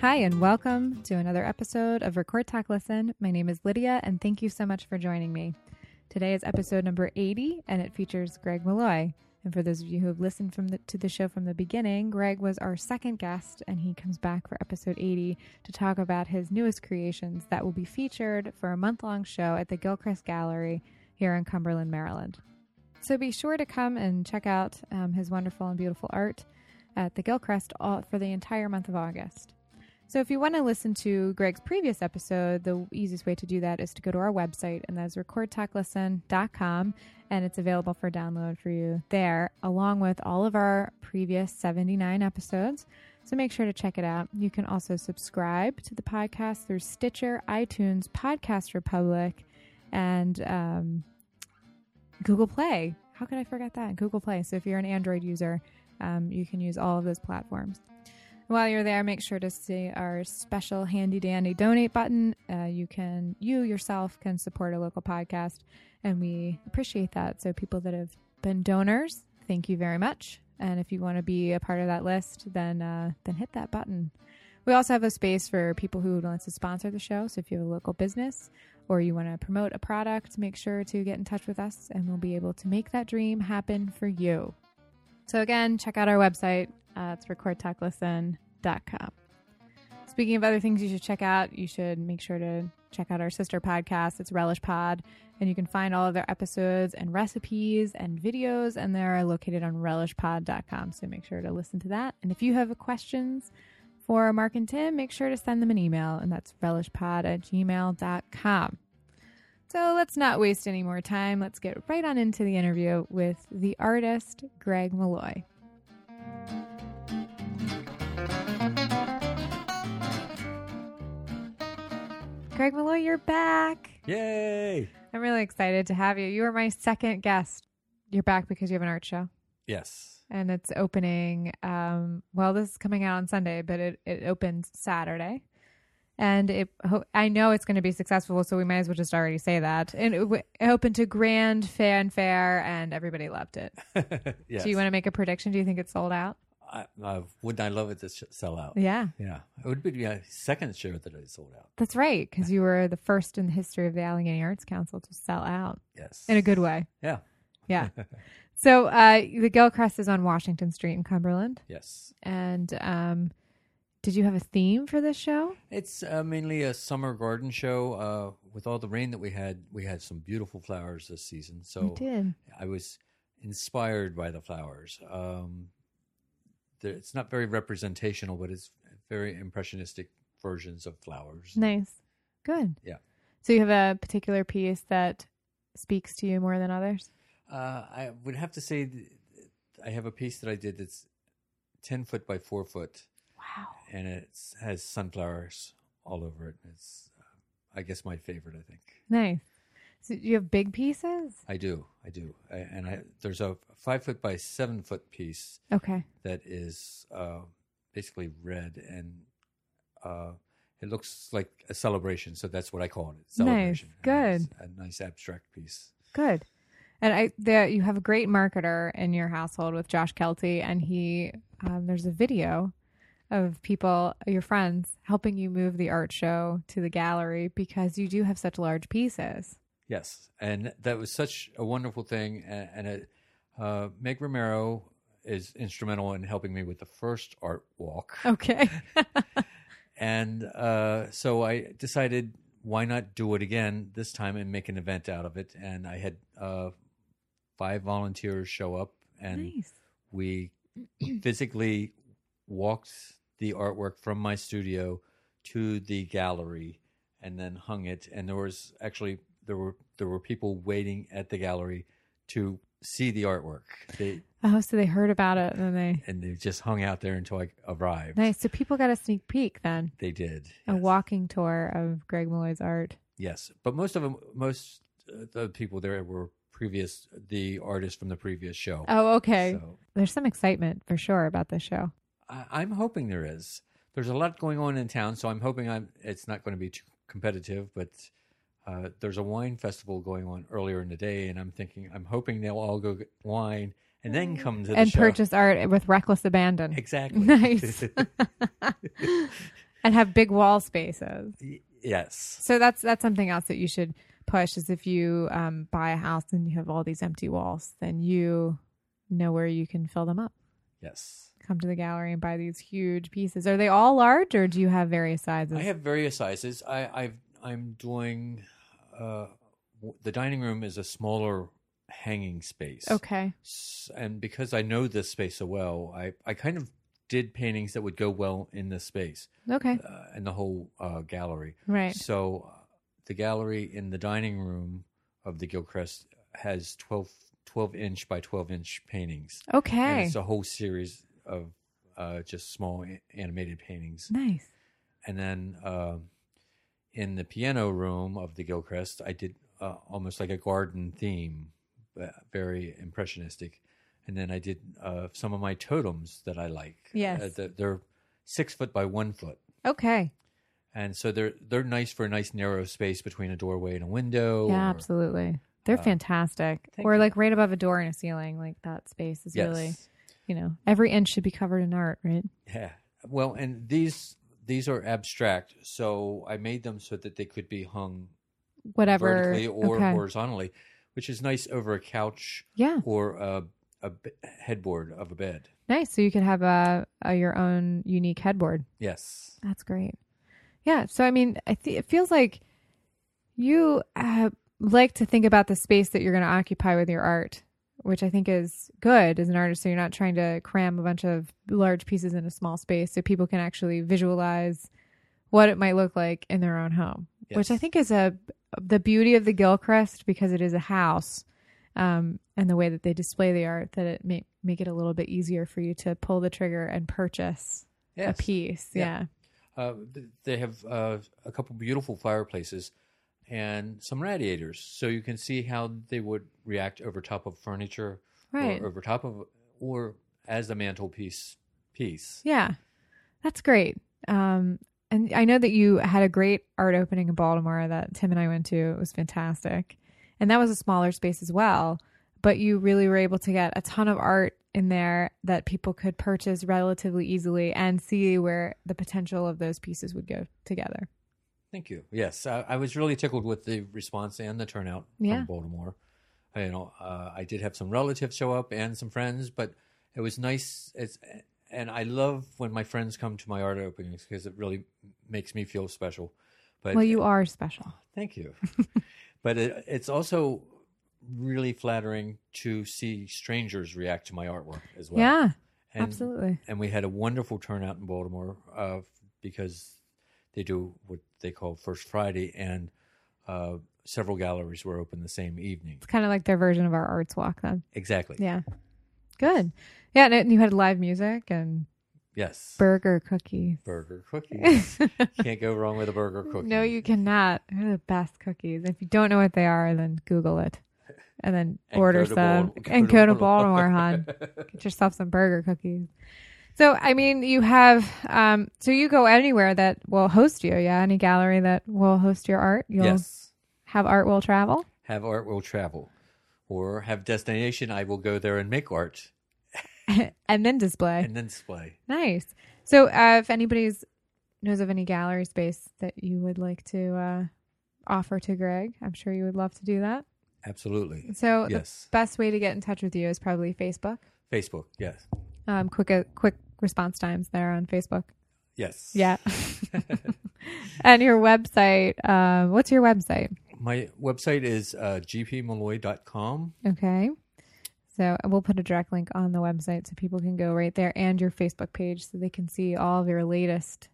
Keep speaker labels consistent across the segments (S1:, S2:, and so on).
S1: Hi, and welcome to another episode of Record Talk Listen. My name is Lydia, and thank you so much for joining me. Today is episode number 80, and it features Greg Malloy. And for those of you who have listened from the, to the show from the beginning, Greg was our second guest, and he comes back for episode 80 to talk about his newest creations that will be featured for a month long show at the Gilchrist Gallery here in Cumberland, Maryland. So be sure to come and check out um, his wonderful and beautiful art at the Gilcrest all, for the entire month of August. So if you want to listen to Greg's previous episode, the easiest way to do that is to go to our website, and that's recordtalklisten.com, and it's available for download for you there, along with all of our previous 79 episodes. So make sure to check it out. You can also subscribe to the podcast through Stitcher, iTunes, Podcast Republic, and um, Google Play. How could I forget that? Google Play. So if you're an Android user, um, you can use all of those platforms. While you're there, make sure to see our special handy dandy donate button. Uh, you can, you yourself can support a local podcast, and we appreciate that. So, people that have been donors, thank you very much. And if you want to be a part of that list, then uh, then hit that button. We also have a space for people who would want to sponsor the show. So, if you have a local business or you want to promote a product, make sure to get in touch with us, and we'll be able to make that dream happen for you. So again, check out our website. Uh, it's recordtalklisten.com. Speaking of other things you should check out, you should make sure to check out our sister podcast. It's Relish Pod, and you can find all of their episodes and recipes and videos, and they're located on relishpod.com. So make sure to listen to that. And if you have questions for Mark and Tim, make sure to send them an email, and that's relishpod at gmail.com. So let's not waste any more time. Let's get right on into the interview with the artist, Greg Malloy. Greg Malloy, you're back.
S2: Yay!
S1: I'm really excited to have you. You were my second guest. You're back because you have an art show
S2: Yes.
S1: and it's opening. Um, well, this is coming out on Sunday, but it, it opens Saturday. And it, ho- I know it's going to be successful, so we might as well just already say that. And it, w- it opened to grand fanfare, and everybody loved it.
S2: yes.
S1: Do you want to make a prediction? Do you think it sold out?
S2: I, I, wouldn't I love it to sh- sell out?
S1: Yeah,
S2: Yeah. It would be my second show that I sold out.
S1: that's right, because you were the first in the history of the Allegheny Arts Council to sell out
S2: Yes.
S1: in a good way.
S2: Yeah.
S1: Yeah. so uh, the Gilcrest is on Washington Street in Cumberland,
S2: Yes.
S1: and um, did you have a theme for this show?
S2: It's uh, mainly a summer garden show. Uh, with all the rain that we had, we had some beautiful flowers this season. So
S1: did.
S2: I was inspired by the flowers. Um, there, it's not very representational, but it's very impressionistic versions of flowers.
S1: Nice. Good.
S2: Yeah.
S1: So you have a particular piece that speaks to you more than others?
S2: Uh, I would have to say th- I have a piece that I did that's 10 foot by 4 foot.
S1: Wow.
S2: and it has sunflowers all over it. It's, uh, I guess, my favorite. I think
S1: Nice. So you have big pieces?
S2: I do, I do. I, and I, there's a five foot by seven foot piece
S1: Okay.
S2: that is uh, basically red, and uh, it looks like a celebration. So that's what I call it. Celebration.
S1: Nice,
S2: And it's A nice abstract piece.
S1: Good. And I there you have a great marketer in your household with Josh Kelty and he um, there's a video of people your friends helping you move the art show to the gallery because you do have such large pieces.
S2: Yes, and that was such a wonderful thing. And, and it, uh, Meg Romero is instrumental in helping me with the first art walk.
S1: Okay.
S2: And uh, so I decided, why not do it again this time and make an event out of it? And I had uh, five volunteers show up, and
S1: nice.
S2: we physically walked the artwork from my studio to the gallery, and then hung it. And there was actually there were there were people waiting at the gallery to see the artwork. They
S1: Oh, so they heard about it and then they
S2: and they just hung out there until I arrived.
S1: Nice. So people got a sneak peek then.
S2: They did
S1: a
S2: yes.
S1: walking tour of Greg Malloy's art.
S2: Yes, but most of them, most uh, the people there were previous the artists from the previous show.
S1: Oh, okay.
S2: So
S1: There's some excitement for sure about this show.
S2: I, I'm hoping there is. There's a lot going on in town, so I'm hoping I'm. It's not going to be too competitive, but uh, there's a wine festival going on earlier in the day, and I'm thinking, I'm hoping they'll all go get wine and then come to the
S1: Mm. and
S2: show.
S1: purchase art with reckless abandon.
S2: exactly.
S1: Nice. and have big wall spaces.
S2: Y- Yes.
S1: So that's that's something else that you should push is if you um, buy a house and you have all these empty walls, then you know where you can fill them up.
S2: Yes.
S1: Come to the gallery and buy these huge pieces. Are they all large, or do you have various sizes?
S2: I have various sizes. I, I've I'm doing uh, w- the dining room is a smaller hanging space.
S1: Okay.
S2: S- And because I know this space so well, I, I kind of did paintings that would go well in this space
S1: Okay.
S2: uh, and the whole uh, gallery.
S1: Right.
S2: So uh, the gallery in the dining room of the Gilcrest has 12, 12 inch by 12 inch paintings. And
S1: Okay.
S2: it's a whole series of uh, just small a- animated paintings.
S1: Nice.
S2: And then uh, in the piano room of the Gilcrest, I did uh, almost like a garden theme, uh, very impressionistic. And then I did uh, some of my totems that I like.
S1: Yes.
S2: Uh, they're- they're six foot by one foot
S1: Okay.
S2: and so they're they're nice for a nice narrow space between a doorway and a window.
S1: yeah,
S2: or-
S1: absolutely. They're
S2: uh,
S1: fantastic.
S2: thank
S1: Or
S2: you.
S1: like right above a door and a ceiling, like that space is
S2: Yes.
S1: really, you know, every inch should be covered in art, right?
S2: Yeah. Well, and these these are abstract, so I made them so that they could be hung
S1: Whatever.
S2: vertically or
S1: okay.
S2: horizontally, which is nice over a couch
S1: yeah.
S2: or a, a b- headboard of a bed.
S1: Nice. So you could have a, a your own unique headboard.
S2: Yes.
S1: That's great. Yeah. So I mean, I th- it feels like you uh, like to think about the space that you're going to occupy with your art, which I think is good as an artist. So you're not trying to cram a bunch of large pieces in a small space, so people can actually visualize what it might look like in their own home, which I
S2: Yes.
S1: think is a the beauty of the Gilcrest because it is a house. Um, and the way that they display the art, that it may make it a little bit easier for you to pull the trigger and purchase
S2: Yes.
S1: a piece.
S2: Yeah.
S1: yeah.
S2: Uh, th- they have uh, a couple beautiful fireplaces and some radiators, so you can see how they would react over top of furniture
S1: Right.
S2: or over top of or as a mantelpiece piece.
S1: yeah. That's great. Um, and I know that you had a great art opening in Baltimore that Tim and I went to. It was fantastic. And that was a smaller space as well. But you really were able to get a ton of art in there that people could purchase relatively easily and see where the potential of those pieces would go together.
S2: Thank you. Yes, I, I was really tickled with the response and the turnout
S1: Yeah.
S2: from Baltimore. You know, uh, I did have some relatives show up and some friends, but it was nice. It's and I love when my friends come to my art openings because it really makes me feel special. But
S1: Well, you are special.
S2: Thank you. but it, it's also really flattering to see strangers react to my artwork as well.
S1: yeah,
S2: and,
S1: absolutely.
S2: And we had a wonderful turnout in Baltimore uh, because they do what they call First Friday, and uh, several galleries were open the same evening.
S1: It's kind of like their version of our arts walk, then.
S2: Exactly.
S1: Yeah. Good. Yeah. And it- you had live music and
S2: Yes.
S1: burger cookies.
S2: burger cookies. Can't go wrong with a burger cookie.
S1: No, you cannot. They're the best cookies. If you don't know what they are, then Google it and then
S2: And
S1: order
S2: go
S1: some
S2: to Bal-
S1: and go to Baltimore,
S2: Baltimore.
S1: hon. Get yourself some burger cookies. So, I mean, you have, um, so you go anywhere that will host you. Yeah. Any gallery that will host your art, you'll
S2: Yes.
S1: have art will travel.
S2: Have art will travel, or have destination. I will go there and make art
S1: and then display.
S2: and then display.
S1: Nice. So, uh, if anybody's knows of any gallery space that you would like to uh, offer to Greg, I'm sure you would love to do that.
S2: Absolutely.
S1: So, the
S2: Yes.
S1: best way to get in touch with you is probably Facebook.
S2: Facebook. Yes.
S1: Um, quick, uh, quick response times there on Facebook.
S2: Yes.
S1: Yeah. and your website. Um, what's your website?
S2: My website is uh, gpmalloy.com.
S1: Okay. So uh, we'll put a direct link on the website so people can go right there and your Facebook page so they can see all of your latest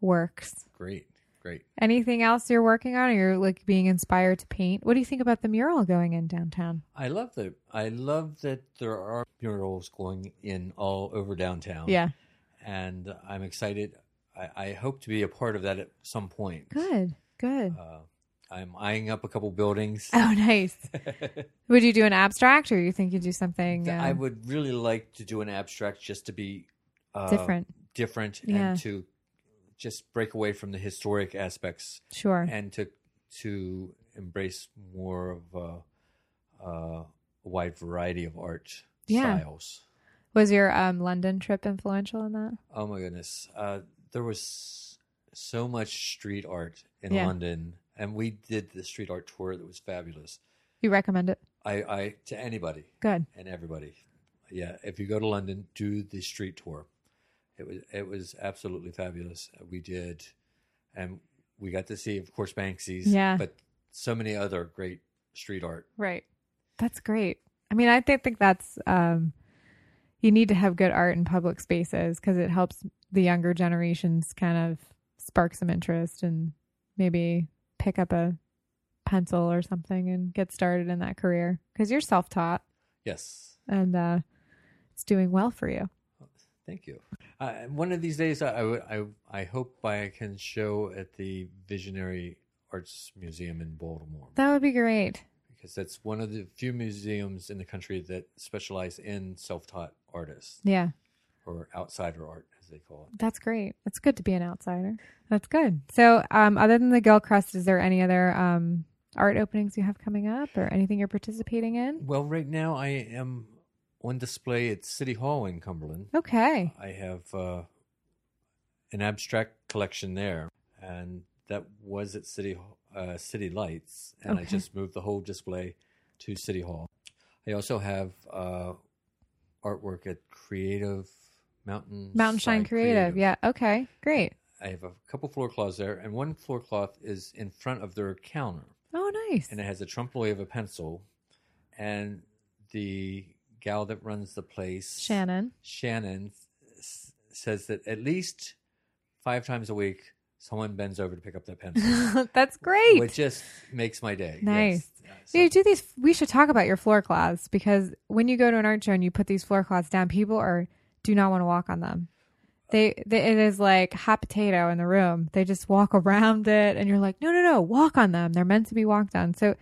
S1: works.
S2: Great. Great.
S1: Anything else you're working on or you're like being inspired to paint? What do you think about the mural going in downtown?
S2: I love that. I love that there are murals going in all over downtown.
S1: yeah.
S2: And I'm excited. I, I hope to be a part of that at some point.
S1: Good. Good.
S2: Uh, I'm eyeing up a couple buildings.
S1: oh, nice. Would you do an abstract or you think you'd do something um,
S2: I would really like to do an abstract just to be uh,
S1: different?
S2: different
S1: Yeah.
S2: and to just break away from the historic aspects
S1: Sure.
S2: and to to embrace more of a, uh, wide variety of art
S1: Yeah.
S2: styles.
S1: Was your um, London trip influential in that?
S2: Oh my goodness, uh, there was so much street art in
S1: Yeah.
S2: London, and we did the street art tour that was fabulous.
S1: You recommend it?
S2: I, I to anybody
S1: Good.
S2: and everybody, yeah. If you go to London, do the street tour. It was it was absolutely fabulous. We did, and we got to see, of course, Banksy's,
S1: Yeah.
S2: but so many other great street art.
S1: Right. That's great. I mean, I think think that's um, you need to have good art in public spaces because it helps the younger generations kind of spark some interest and maybe pick up a pencil or something and get started in that career because you're self taught
S2: Yes,
S1: and uh, it's doing well for you.
S2: Thank you. Uh, one of these days, I, I would- I, I hope I can show at the Visionary Arts Museum in Baltimore
S1: That would be great.
S2: because that's one of the few museums in the country that specialize in self-taught artists
S1: Yeah,
S2: or outsider art, as they call it.
S1: that's great. It's good to be an outsider. That's good. So, um, other than the Gilcrest, is there any other um, art openings you have coming up or anything you're participating in?
S2: Well, right now I am on display at City Hall in Cumberland.
S1: Okay.
S2: I have uh, an abstract collection there, and that was at City uh, City Lights, and I
S1: Okay.
S2: just moved the whole display to City Hall. I also have uh, artwork at Creative Mountain
S1: Mountain Shine
S2: Side
S1: Creative. Yeah. Okay. Great.
S2: I have a couple floor cloths there, and one floor cloth is in front of their counter,
S1: Oh, nice.
S2: and it has a trompe l'oeil of a pencil, and the gal that runs the place,
S1: Shannon.
S2: Shannon s- says that at least five times a week, someone bends over to pick up that pencil,
S1: That's great.
S2: which just makes my day.
S1: Nice.
S2: Yes. Uh,
S1: So you do these. We should talk about your floor cloths because when you go to an art show and you put these floor cloths down, people are do not want to walk on them. They, they it is like hot potato in the room. They just walk around it, and you're like, no, no, no, walk on them. They're meant to be walked on. So,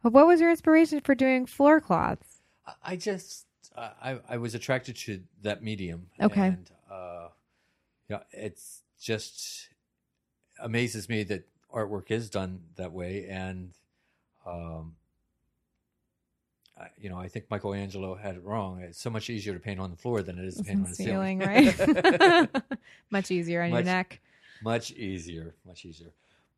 S1: what was your inspiration for doing floor cloths?
S2: I- I just I I- I was attracted to that medium.
S1: Okay.
S2: And, uh, you know, it's just amazes me that artwork is done that way, and um, I, you know, I think Michelangelo had it wrong. It's so much easier to paint on the floor than it is to paint on the
S1: Ceiling,
S2: ceiling,
S1: right? Much easier on your
S2: Much-
S1: neck.
S2: much easier much easier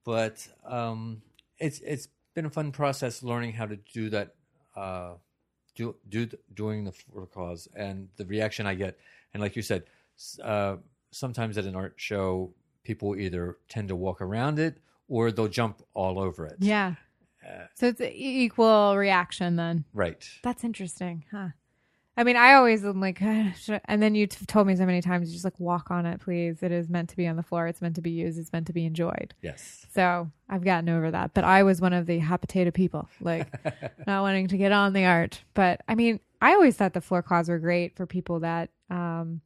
S2: but um it's it's been a fun process learning how to do that uh do do th- doing the floor cause and the reaction i get and like you said s- uh sometimes at an art show people either tend to walk around it or they'll jump all over it
S1: Yeah.
S2: Uh,
S1: So it's a e- equal reaction then.
S2: right
S1: That's interesting, huh? I mean, I always am like, should I-" and then you t- told me so many times, just like walk on it, please. It is meant to be on the floor. It's meant to be used. It's meant to be enjoyed.
S2: yes
S1: So I've gotten over that. But I was one of the hot potato people, like not wanting to get on the art. But I mean, I always thought the floor cloths were great for people that um,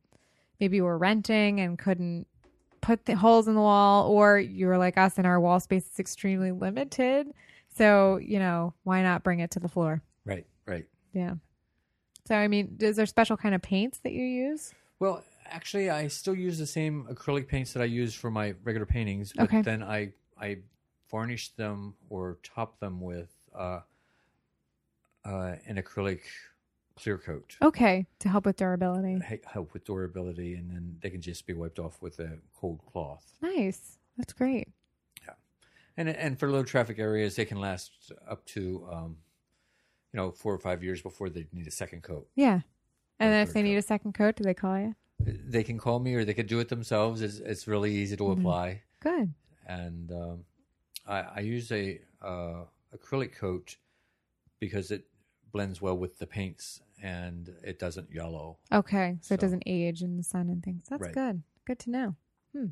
S1: maybe were renting and couldn't put the holes in the wall, or you were like us and our wall space is extremely limited. So, you know, why not bring it to the floor?
S2: right right
S1: Yeah. So I mean, is there special kind of paints that you use?
S2: Well, actually, I still use the same acrylic paints that I use for my regular paintings, but
S1: Okay.
S2: then I I varnish them or top them with uh, uh, an acrylic clear coat.
S1: Okay, to help with durability.
S2: He- Help with durability, and then they can just be wiped off with a cold cloth.
S1: Nice. That's great.
S2: And and for low traffic areas, they can last up to um, you know four or five years before they need a second coat.
S1: Yeah. And
S2: Or
S1: then if
S2: third
S1: they need
S2: coat.
S1: a second coat, do they call you?
S2: They can call me, or they could do it themselves. It's it's really easy to apply.
S1: Good.
S2: and um, I, I use a uh, acrylic coat because it blends well with the paints and it doesn't yellow.
S1: Okay, so, it
S2: So-
S1: doesn't age in the sun and things. That's
S2: Right.
S1: good. Good to know. Hmm.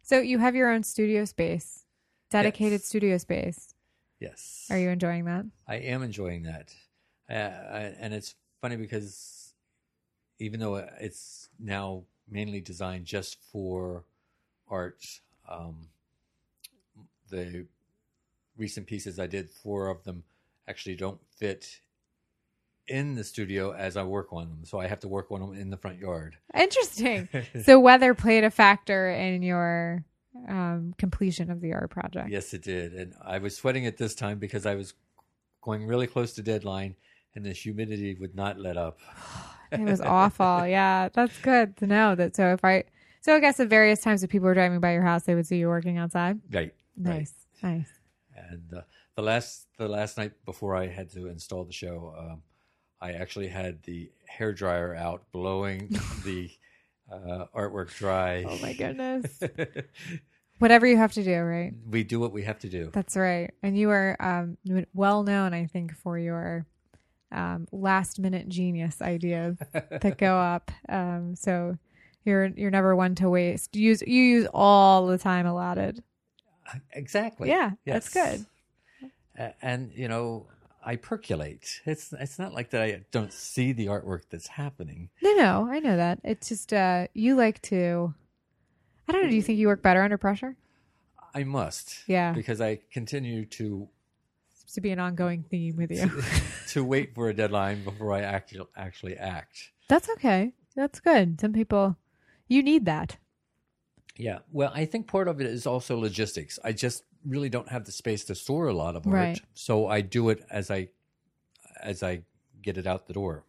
S1: So you have your own studio space, dedicated
S2: Yes.
S1: studio space.
S2: Yes,
S1: Are you enjoying that?
S2: I am enjoying that, uh, I, and it's funny because even though it's now mainly designed just for art, um, the recent pieces I did, four of them actually don't fit in the studio as I work on them. So I have to work on them in the front yard.
S1: Interesting. so weather played a factor in your um, completion of the art project.
S2: yes, it did. And I was sweating at this time because I was going really close to deadline and the humidity would not let up.
S1: It was awful. Yeah, that's good to know that. So if I, So I guess at various times if people were driving by your house, they would see you working outside.
S2: Right. right.
S1: Nice, nice.
S2: And uh, the last the last night before I had to install the show, um, I actually had the hair dryer out, blowing the uh, artwork dry.
S1: Oh my goodness. Whatever you have to do, right?
S2: we do what we have to do.
S1: That's right. And you are um, well known, I think, for your um, last minute genius ideas that go up. Um, so you're you're never one to waste. You use you use all the time allotted.
S2: exactly.
S1: Yeah, that's good.
S2: A- And you know, I percolate. It's it's not like that. I don't see the artwork that's happening.
S1: No, no, I know that. It's just uh, you like to. I don't know. Do you think you work better under pressure?
S2: I must.
S1: Yeah.
S2: Because I continue to
S1: Seems to be an ongoing theme with you.
S2: to wait for a deadline before I actually actually act.
S1: that's okay. That's good. Some people, you need that.
S2: Yeah. Well, I think part of it is also logistics. I just really don't have the space to store a lot of art,
S1: Right.
S2: so I do it as I as I get it out the door.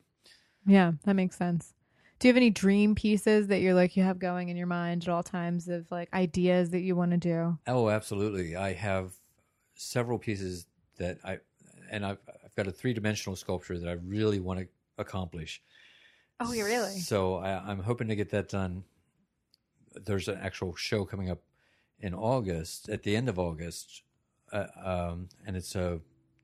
S1: Yeah, that makes sense. Do you have any dream pieces that you're like you have going in your mind at all times of like ideas that you want to do?
S2: Oh, absolutely. I have several pieces that I and I've I've got a three dimensional sculpture that I really want to accomplish.
S1: Oh, you really?
S2: So I, I'm hoping to get that done. There's an actual show coming up in August, at the end of August, uh, um, and it's a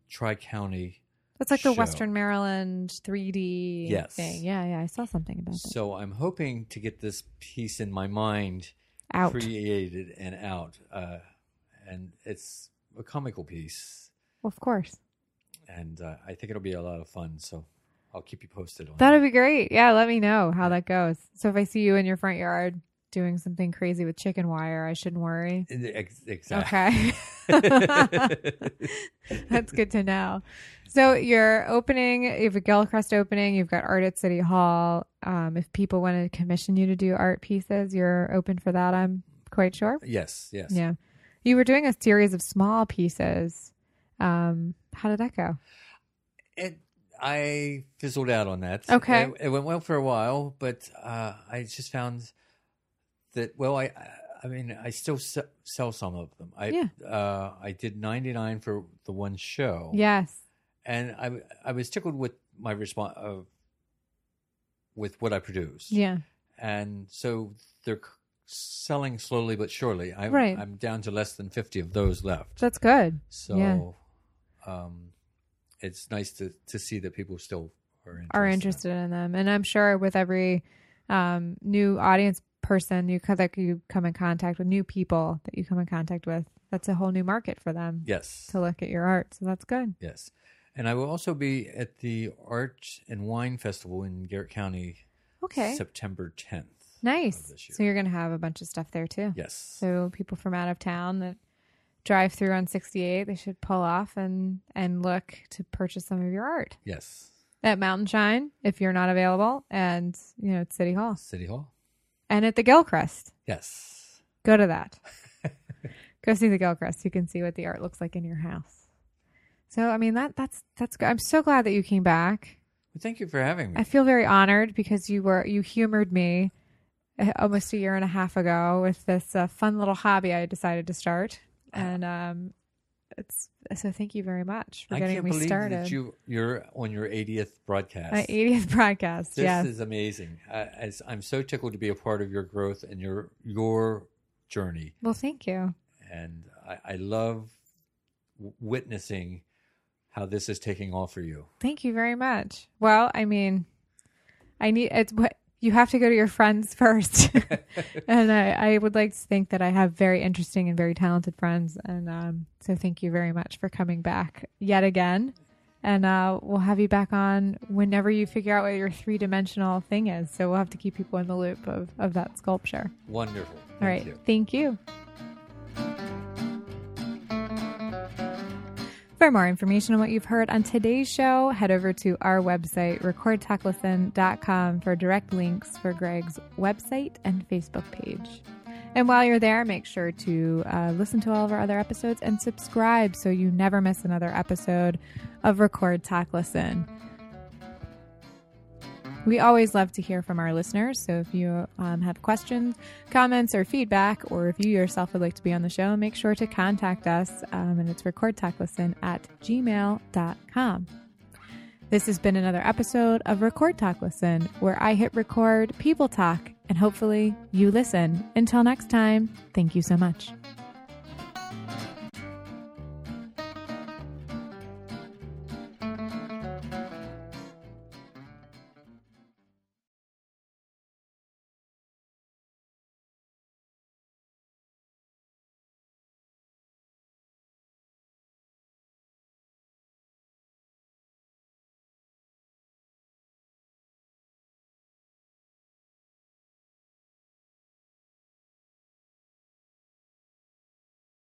S2: tri county.
S1: That's like the
S2: Show.
S1: Western Maryland 3D
S2: Yes.
S1: thing. Yeah, yeah. I saw something about that.
S2: So I'm hoping to get this piece in my mind
S1: Out.
S2: created and out, uh, and it's a comical piece,
S1: Well, of course.
S2: and uh, I think it'll be a lot of fun. So I'll keep you posted on
S1: That'd be great. Yeah, let me know how that goes. So if I see you in your front yard doing something crazy with chicken wire, I shouldn't worry.
S2: it. Ex- Exactly.
S1: Okay. That's good to know. So you're opening, you have a Gilcrest opening, you've got art at City Hall. Um, if people want to commission you to do art pieces, you're open for that, I'm quite sure.
S2: yes. Yes.
S1: Yeah. You were doing a series of small pieces. Um, how did that go?
S2: it I fizzled out on that.
S1: Okay.
S2: It, it went well for a while, but uh, I just found that well, I I mean, I still se- sell some of them. I
S1: Yeah.
S2: uh, I did 99 for the one show.
S1: Yes.
S2: And I w- I was tickled with my response uh, with what I produced.
S1: Yeah.
S2: And so they're c- selling slowly but surely. I
S1: Right.
S2: I'm down to less than 50 of those left.
S1: That's good.
S2: So um, it's nice to, to see that people still are interested.
S1: are interested in them and i'm sure with every um, new audience person you co- that you come in contact with new people that you come in contact with that's a whole new market for them
S2: Yes.
S1: to look at your art so that's good
S2: Yes. And I will also be at the Art and Wine Festival in Garrett County
S1: okay
S2: September 10th.
S1: nice
S2: this year.
S1: so you're gonna have a bunch of stuff there too
S2: Yes.
S1: so people from out of town that drive through on 68 they should pull off and and look to purchase some of your art
S2: yes.
S1: at mountain shine if you're not available and you know at city hall
S2: City Hall?
S1: and at the gilcrest
S2: Yes.
S1: Go to that. Go see the Gilchrist. You can see what the art looks like in your house. So I mean that that's that's good. I'm so glad that you came back.
S2: Well, thank you for having me.
S1: I feel very honored because you were you humored me uh, almost a year and a half ago with this uh, fun little hobby I decided to start, and um, it's so thank you very much for
S2: I
S1: getting
S2: can't
S1: me
S2: believe
S1: started.
S2: that you, you're on your 80th broadcast.
S1: My 80th broadcast.
S2: This
S1: yes.
S2: is amazing. I, as I'm so tickled to be a part of your growth and your your journey.
S1: well, thank you.
S2: and I, I love w- witnessing how this is taking off for you.
S1: Thank you very much. Well, I mean, I need it's what you have to go to your friends first, and I, I would like to think that I have very interesting and very talented friends, and um, so thank you very much for coming back yet again, and uh, we'll have you back on whenever you figure out what your three dimensional thing is. So we'll have to keep people in the loop of of that sculpture.
S2: Wonderful. Thank
S1: All right,
S2: you.
S1: thank you. For more information on what you've heard on today's show, head over to our website, recordtalklisten.com, for direct links for Greg's website and Facebook page. And while you're there, make sure to uh, listen to all of our other episodes and subscribe so you never miss another episode of Record Talk Listen. We always love to hear from our listeners. So if you um, have questions, comments, or feedback, or if you yourself would like to be on the show, make sure to contact us. Um, and it's recordtalklisten at gmail.com. This has been another episode of Record Talk Listen, where I hit record, people talk, and hopefully you listen. Until next time, thank you so much.